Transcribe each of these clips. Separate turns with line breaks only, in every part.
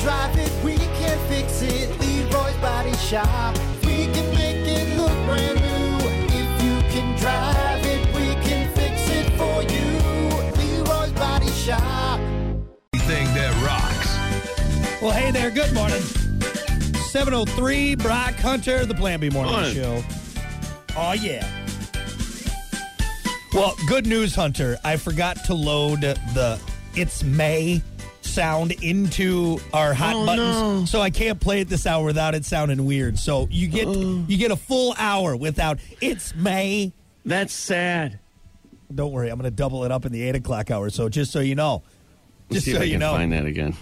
drive it, we can fix it. Leroy's Body Shop. We can make it look brand new. If you can drive it, we can fix it for you. Leroy's Body Shop.
Anything that rocks.
Well, hey there. Good morning. 703 Brock Hunter, the Plan B Morning
Morning.
Show. Oh, yeah. Well, good news, Hunter. I forgot to load the It's May sound into our hot
Oh,
buttons
no.
so i can't play it this hour without it sounding weird so you get you get a full hour without it's may
That's sad.
don't worry i'm gonna double it up in the eight o'clock hour so just so you know
Let's
just
see
so
if I
you
can
know
find that again.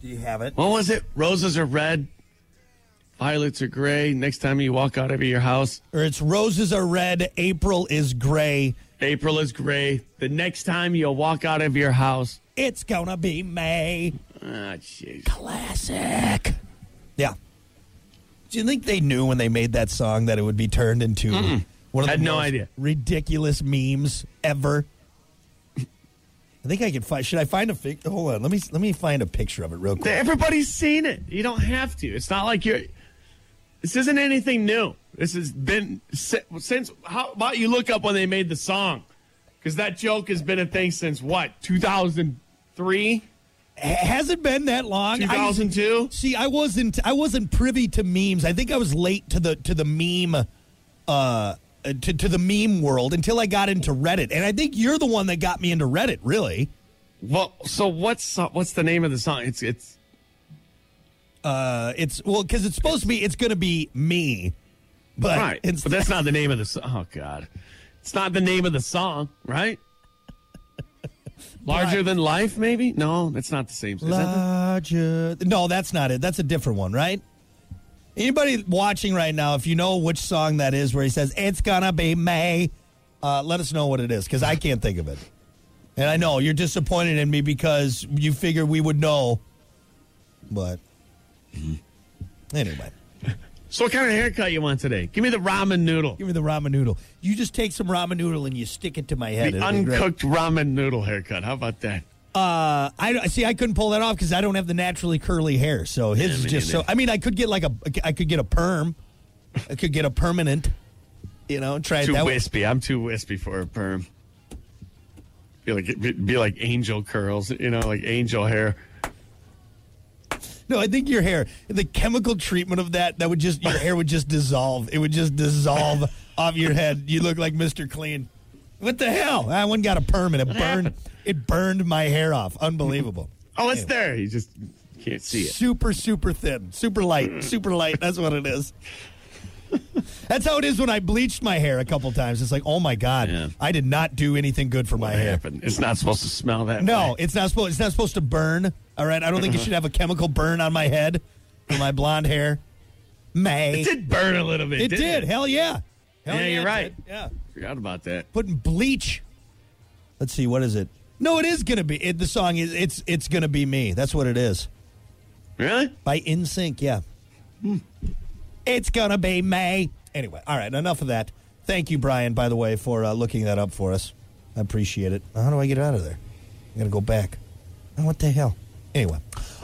do you have it
What was it? Roses are red, violets are gray. Next time you walk out of your house,
or it's roses are red april is gray
April is gray. The next time you walk out of your house,
It's gonna be May.
ah, jeez.
Classic. Yeah. Do you think they knew when they made that song that it would be turned into one of the
Had no
most
idea.
ridiculous memes ever? I think I can find. Should I find a pic? Hold on. Let me let me find a picture of it real quick.
Everybody's seen it. You don't have to. It's not like you're. This isn't anything new. This has been si- since. How about you look up when they made the song? Because that joke has been a thing since what? 2003,
Ha- Has it been that long? I-
2002.
See, I wasn't I wasn't privy to memes. I think I was late to the to the meme uh to, to the meme world until I got into Reddit. And I think you're the one that got me into Reddit, really.
Well, so what's uh, what's the name of the song? It's it's
Uh it's well cuz it's supposed to be it's going to be me. But
right,
Uh, it's
but that's not the name of the song. Oh God, it's not the name of the song, right? Larger than life, maybe? No, that's not the same. Is that the-
larger. No, that's not it. That's a different one, right? Anybody watching right now, if you know which song that is where he says, It's gonna be May, uh, let us know what it is because I can't think of it. And I know you're disappointed in me because you figured we would know. But anyway,
So what kind of haircut you want today? Give me the ramen noodle.
give me the ramen noodle. You just take some ramen noodle and you stick it to my head.
The
It'll be great.
uncooked ramen noodle haircut. How about that?
Uh, I see. I couldn't pull that off because I don't have the naturally curly hair. So his is
me
just so.
neither.
I mean, I could get like a. I could get a perm. I could get a permanent. You know, try it
Too
that way.
wispy. I'm too wispy for a perm. Be like it'd be like angel curls, you know, like angel hair.
No, I think your hair. The chemical treatment of that. That would just your hair would just dissolve. It would just dissolve off your head. You look like Mister Clean. What the hell? I one got a perm and it burned.
happened?
It burned my hair off. Unbelievable.
Oh, it's there. You just can't see it. Mm.
Super, super thin. Super light. Super light. That's what it is. That's how it is when I bleached my hair a couple times. It's like, oh my god,
Yeah.
I did not do anything good for my
It
hair.
happened. It's not supposed to smell that.
No,
way.
it's not supposed. It's not supposed to burn. All right, I don't
Uh-huh.
think it should have a chemical burn on my head for my blonde hair. May
it did burn a little bit.
it
didn't
did. Hell yeah. Hell
Yeah, you're
it
right.
did. Yeah,
Forgot about that.
putting bleach. Let's see, what is it? No, it is gonna be. It, the song is. It's. It's gonna be me. That's what it is.
Really?
By In Sync, yeah. Hmm. It's gonna be May. Anyway, all right, enough of that. Thank you, Brian, by the way, for uh, looking that up for us. I appreciate it. How do I get out of there? I gotta go back. Oh, what the hell? Anyway,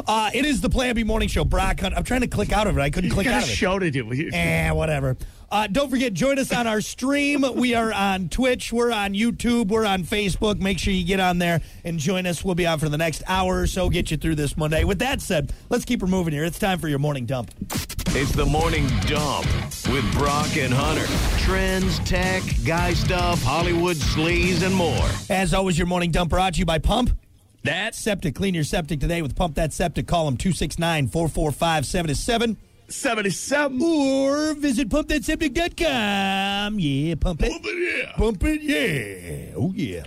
uh, it is the Plan B Morning Show. Brock Hunt. I'm trying to click out of it. I couldn't
You
click
got
out
a
of it.
show to do. You-
Eh, whatever. Uh, don't forget, join us on our stream. We are on Twitch, we're on YouTube, we're on Facebook. Make sure you get on there and join us. We'll be on for the next hour or so, get you through this Monday. With that said, let's keep her moving here. It's time for your morning dump.
It's the morning dump with Brock and Hunter. Trends, tech, guy stuff, Hollywood sleaze, and more.
As always, your morning dump brought to you by Pump.
That's
Septic, clean your septic today with Pump That Septic. Call them 269 445 77
77.
or visit pumpthatseptic.com. Yeah, pump it.
Yeah.
Pump it, yeah. Oh, yeah.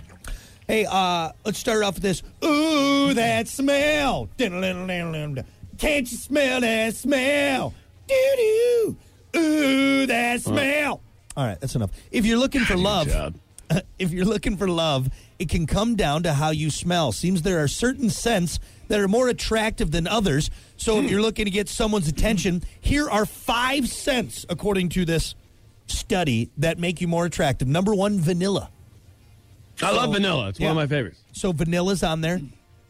Hey, uh, let's start off with this. Ooh, that smell. Can't you smell that smell? Doo doo. Ooh, that smell. All right, that's enough. If you're looking for love,
job.
if you're looking for love, it can come down to how you smell. Seems there are certain scents that are more attractive than others. So if you're looking to get someone's attention, here are five scents, according to this study, that make you more attractive. Number one, vanilla.
I love vanilla. It's
Yeah.
one of my favorites.
So vanilla's on there.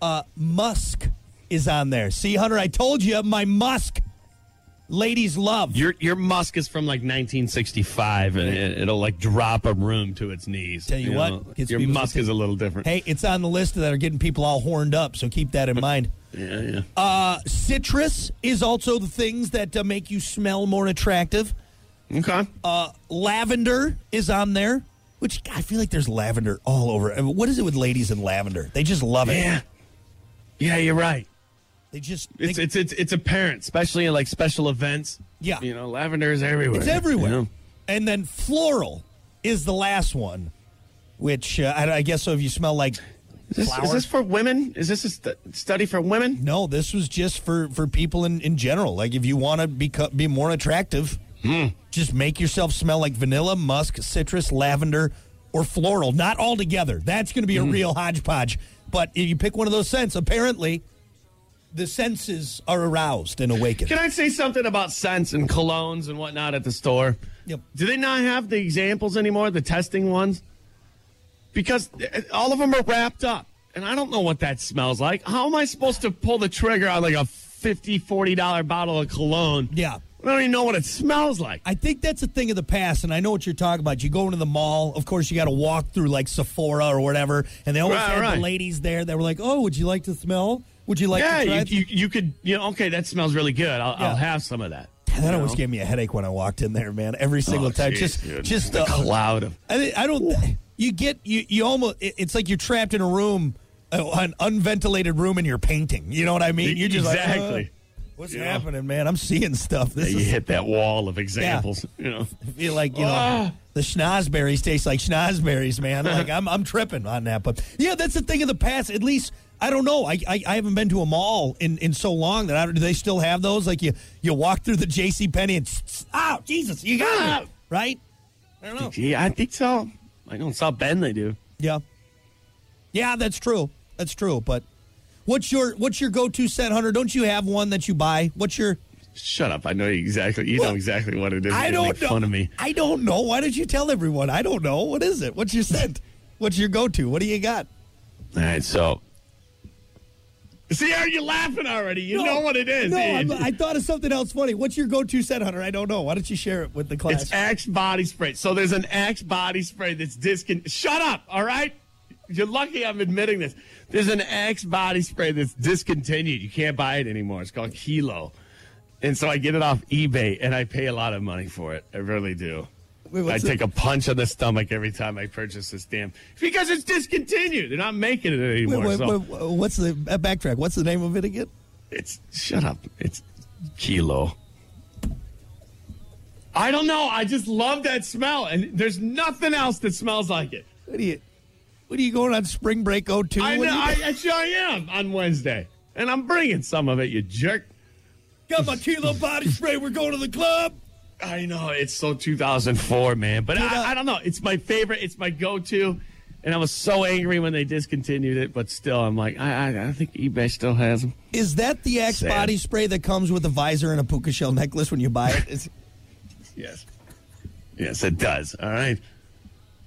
Uh, musk. is on there. See, Hunter, I told you my Musk ladies love.
Your your Musk is from like 1965, and it, it'll like drop a room to its knees.
Tell you what, gets
your
people
Musk
to-
is a little different.
hey, it's on the list that are getting people all horned up, so keep that in mind.
Yeah, yeah.
Uh, citrus is also the things that uh, make you smell more attractive.
okay.
Uh, lavender is on there, which I feel like there's lavender all over. I mean, what is it with ladies and lavender? They just love it.
yeah, yeah, you're right.
They just
It's
they-
it's it's it's apparent, especially in like special events.
Yeah.
you know, lavender is everywhere.
It's everywhere.
you know?
And then floral is the last one, which uh, I, I guess so. If you smell like
Is this,
flower,
is this for women? Is this a st- study for women?
no, this was just for for people in in general. Like if you want to be be more attractive,
Hmm.
just make yourself smell like vanilla, musk, citrus, lavender, or floral. Not all together. That's going to be
Hmm.
a real hodgepodge. But if you pick one of those scents, apparently. The senses are aroused and awakened.
Can I say something about scents and colognes and whatnot at the store?
Yep.
Do they not have the examples anymore, the testing ones? Because uh, all of them are wrapped up, and I don't know what that smells like. How am I supposed to pull the trigger on like a 50 $40 bottle of cologne?
Yeah.
I don't even know what it smells like.
I think that's a thing of the past, and I know what you're talking about. You go into the mall, of course, you got to walk through like Sephora or whatever, and they always
Right,
had
right.
the ladies there that were like, "Oh, would you like to smell? Would you like
yeah,
to try?"
you,
it?"
you, you could, you know, okay, that smells really good. I'll,
Yeah.
I'll have some of that.
that always gave me a headache when I walked in there, man. Every single
Oh,
time,
geez,
just
dude.
just
the
uh,
cloud of.
I, mean, I don't. You get you you almost. it- It's like you're trapped in a room, uh, an unventilated room, and you're painting. You know what I mean? You're just like,
exactly.
"Uh, what's
Yeah.
happening, man? I'm seeing stuff. This
you
is
hit that wall of examples. You know,
feel like you know
Ah.
the schnozberries taste like schnozberries, man. Like I'm I'm tripping on that, but yeah, that's the thing of the past. At least I don't know. I I, I haven't been to a mall in, in so long that I, don't- do they still have those? Like you you walk through the J.C. Penney and tss, tss, ow Jesus, you got it right. I don't know.
Ah! gee, I think so. I know in South Bend they do.
Yeah, yeah, that's true. That's true. But what's your what's your go to scent, Hunter? Don't you have one that you buy? What's your
Shut up! I know exactly. You
Well,
know exactly what it is.
I
You
don't
make
know.
fun of me.
I don't know. Why did you tell everyone? I don't know. What is it? What's your scent? What's your go to? What do you got?
All right, so. See, are you laughing already? You know what it is.
No,
dude.
I'm, I thought of something else funny. What's your go to scent, Hunter? I don't know. Why don't you share it with the class?
It's Axe body spray. So there's an Axe body spray that's discon. Shut up, all right? You're lucky I'm admitting this. There's an Axe body spray that's discontinued. You can't buy it anymore. It's called Kilo. And so I get it off eBay and I pay a lot of money for it. I really do.
Wait,
I
what's
take a punch on the stomach every time I purchase this damn because it's discontinued. They're not making it
Wait,
anymore.
wait,
so
wait, what's the uh, backtrack? What's the name of it again?
it's shut up. It's kilo. I don't know. I just love that smell, and there's nothing else that smells like it.
What are you? What are you going on spring break? Go to?
I
What
know.
are you-
I, I sure am on Wednesday, and I'm bringing some of it. You jerk.
got my kilo body spray. We're going to the club.
I know it's so 2004, man. But
Get up.
I, I don't know. It's my favorite. It's my go-to. And I was so angry when they discontinued it, but still, I'm like, I, I, I think eBay still has them.
Is that the Axe
Sad.
body spray that comes with a visor and a puka shell necklace when you buy it? It's-
Yes. Yes, it does. All right.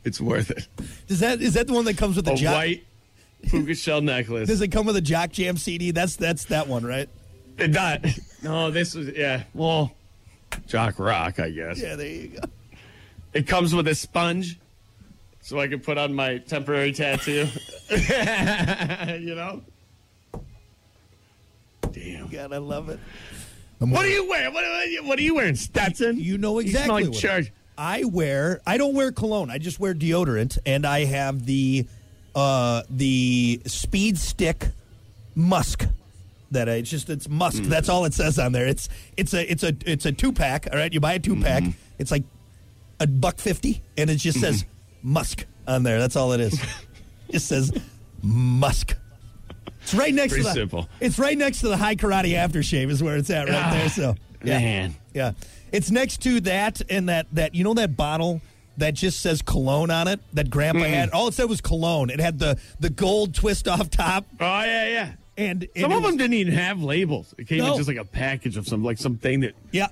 It's worth it.
Does that is that the one that comes with the
A
jock?
white puka shell necklace.
Does it come with a Jock Jam CD? That's that's that one, right?
It not. No, this was yeah. Well, Jock Rock, I guess.
Yeah, there you go.
It comes with a sponge, so I can put on my temporary tattoo. you know. Damn.
God, I love it.
What do you wear? What are you, what are you wearing, Stetson?
You know
smell
exactly.
like
what
church.
I wear. I don't wear cologne. I just wear deodorant, and I have the uh the Speed Stick Musk. That I, it's just it's musk.
Mm-hmm.
That's all it says on there. It's it's a it's a it's a two pack. All right, you buy a two pack.
Mm-hmm.
It's like a buck fifty, and it just says
Mm-hmm.
musk on there. That's all it is. just says musk. It's right next
Pretty
to the
simple.
it's right next to the high karate aftershave is where it's at right there. So yeah.
Ah, Man.
Yeah. It's next to that and that that you know that bottle that just says cologne on it that grandpa had. All it said was cologne. It had the the gold twist off top
Oh yeah, yeah.
and, and
Some
it
of them
was-
didn't even have labels. It came
No.
in just like a package of some like something that.
Yeah.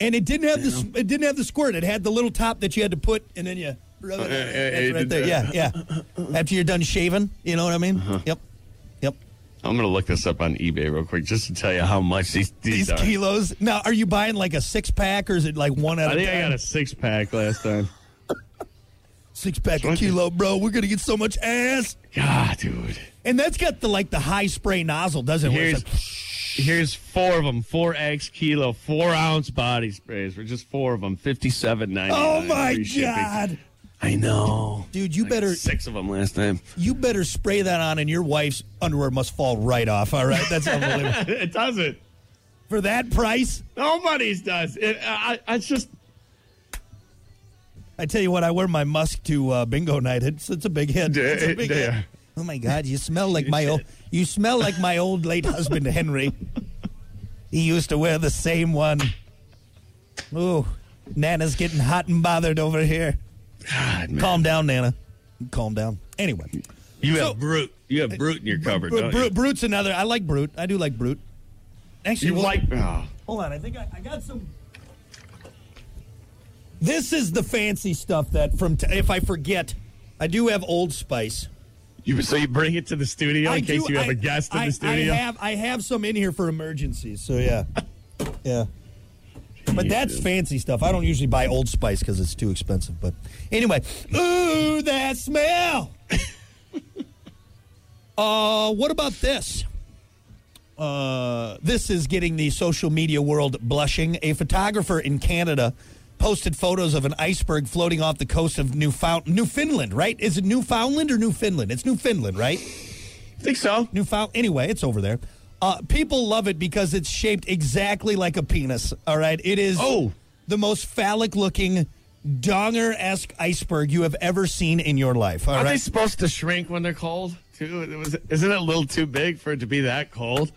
And it didn't have the s- it didn't have the squirt. It had the little top that you had to put and then you rub it. on.
Uh, uh, uh,
That's
it
right
did Uh-huh.
there. Yeah, yeah. After you're done shaving, you know what I mean? Yep. Yep.
I'm gonna look this up on eBay real quick just to tell you how much these these,
These
are.
kilos. Now, are you buying like a six pack or is it like one out
I
of
think I got a six pack last time.
six pack a kilo, bro? We're gonna get so much ass.
God, dude.
And that's got the like the high spray nozzle, doesn't it? Where
Here's
it's like,
here's four of them, four X kilo, four ounce body sprays. We're just four of them, fifty-seven ninety.
oh my god,
I know,
dude! You better
Six of them last time.
you better spray that on, and your wife's underwear must fall right off. All right, that's unbelievable.
it doesn't.
For that price,
Nobody's does. It, uh, I, I it's just
I tell you what, I wear my musk to uh, bingo night. It's it's a big hit.
Yeah,
It's a big
yeah.
hit. Oh my God, you smell like my old you smell like my old late husband Henry. He used to wear the same one. Ooh, Nana's getting hot and bothered over here.
God, man.
Calm down, Nana. Calm down. Anyway,
You have
So-
brute. You have brute in your cupboard.
Bru-
don't
Bru-
you?
Brute's another. I like Brute. I do like Brute. Actually,
You
well-
like? Oh,
Hold on, I think I, I got some. This is the fancy stuff that from t- if I forget, I do have Old Spice.
you so you bring it to the studio
I
in case
do-
you have
I-
a guest in
I-
the studio.
I have I have some in here for emergencies. So yeah, yeah. But that's fancy stuff. I don't usually buy Old Spice because it's too expensive. But anyway, ooh, that smell. uh, what about this? Uh, this is getting the social media world blushing. A photographer in Canada posted photos of an iceberg floating off the coast of Newfound- Newfoundland, right? Is it Newfoundland or Newfoundland? It's Newfoundland, right?
think so.
Newfoundland. Anyway, it's over there. Uh, people love it because it's shaped exactly like a penis. All right, it is
Oh.
the most phallic-looking donger-esque iceberg you have ever seen in your life. All
Are they
right,
supposed to shrink when they're cold too? It was, isn't it a little too big for it to be that cold?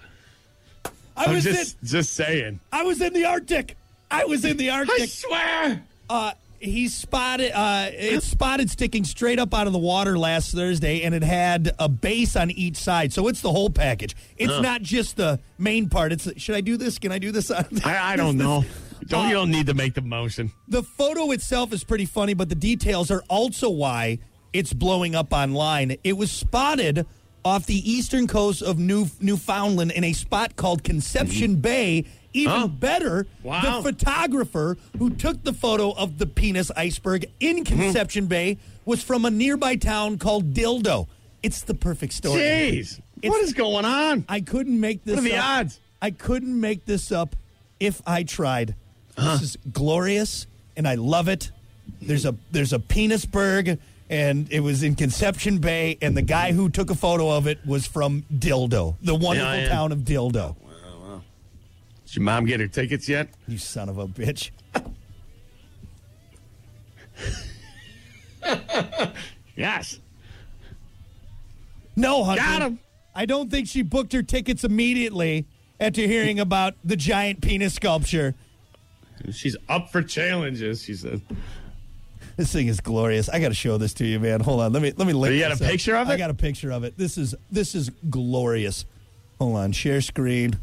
I
I'm
was
just
in,
just saying.
I was in the Arctic. I was in the
I
Arctic.
swear.
Uh, he spotted uh, it's spotted sticking straight up out of the water last Thursday, and it had a base on each side, so it's the whole package. It's not just the main part. It's should I do this? Can I do this?
I, I don't know. Don't you don't need to make the motion.
the photo itself is pretty funny, but the details are also why it's blowing up online. It was spotted off the eastern coast of New Newfoundland in a spot called Conception Bay. Even
Mm-hmm. Huh.
better,
Wow.
the photographer who took the photo of the penis iceberg
Mm-hmm.
in Conception Bay was from a nearby town called Dildo. It's the perfect story.
Jeez, what
It's-
is going on?
I couldn't make this
What are the
up.
odds?
I couldn't make this up if I tried. This is glorious and I love it. There's a there's a penisberg and it was in Conception Bay and the guy who took a photo of it was from Dildo, the wonderful
yeah.
town of Dildo.
Did your mom get her tickets yet?
You son of a bitch.
Yes.
No, Hunter.
Got him.
I don't think she booked her tickets immediately after hearing about the giant penis sculpture.
She's up for challenges. She says.
This thing is glorious. I got to show this to you, man. Hold on. Let me let me link.
You got a
this up.
picture of
I
it?
got a picture of it. This is this is glorious. Hold on. Share screen.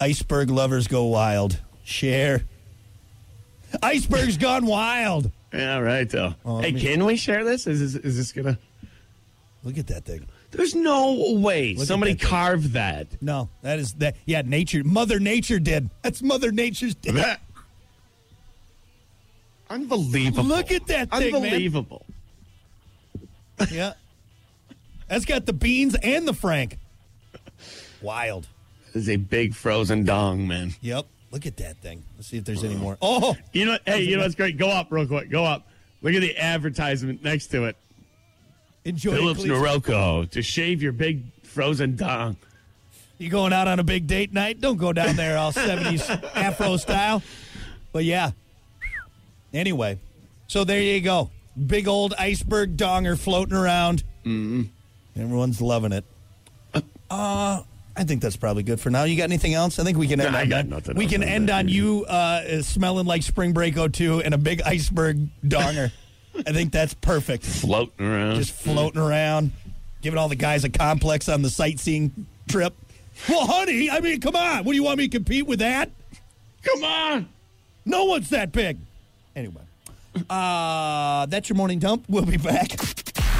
Iceberg lovers go wild. Share. Iceberg's gone wild.
Yeah, all right though.
Oh,
hey,
let me-
can we share this? Is this, is this gonna?
Look at that thing.
There's no way
at
somebody
that thing.
carved that.
No, that is that. Yeah, nature. Mother Nature did. That's Mother Nature's. Did.
That. Unbelievable.
Look at that thing, man.
Unbelievable.
Yeah. That's got the beans and the Frank. Wild.
This is a big frozen dong, man.
Yep. Look at that thing. Let's see if there's any more. Oh,
You know, hey, you know what's great? Go up real quick. Go up. Look at the advertisement next to it.
enjoy. it,
Phillips
please.
Norelco to shave your big frozen dong.
You going out on a big date night? Don't go down there all 70s afro style. But yeah. Anyway, so there you go. Big old iceberg donger floating around. Mm-hmm. Everyone's loving it. Uh, I think that's probably good for now. You got anything else? I think we can end
Nah, I
on
got
that.
nothing
We
else
can
on
end
that.
on you uh, smelling like Spring Break 02 and a big iceberg donger. I think that's perfect
Floating around.
just floating around, giving all the guys a complex on the sightseeing trip. Well, honey, I mean, come on. What do you want me to compete with that?
Come on.
No one's that big. Anyway, uh, that's your morning dump. We'll be back.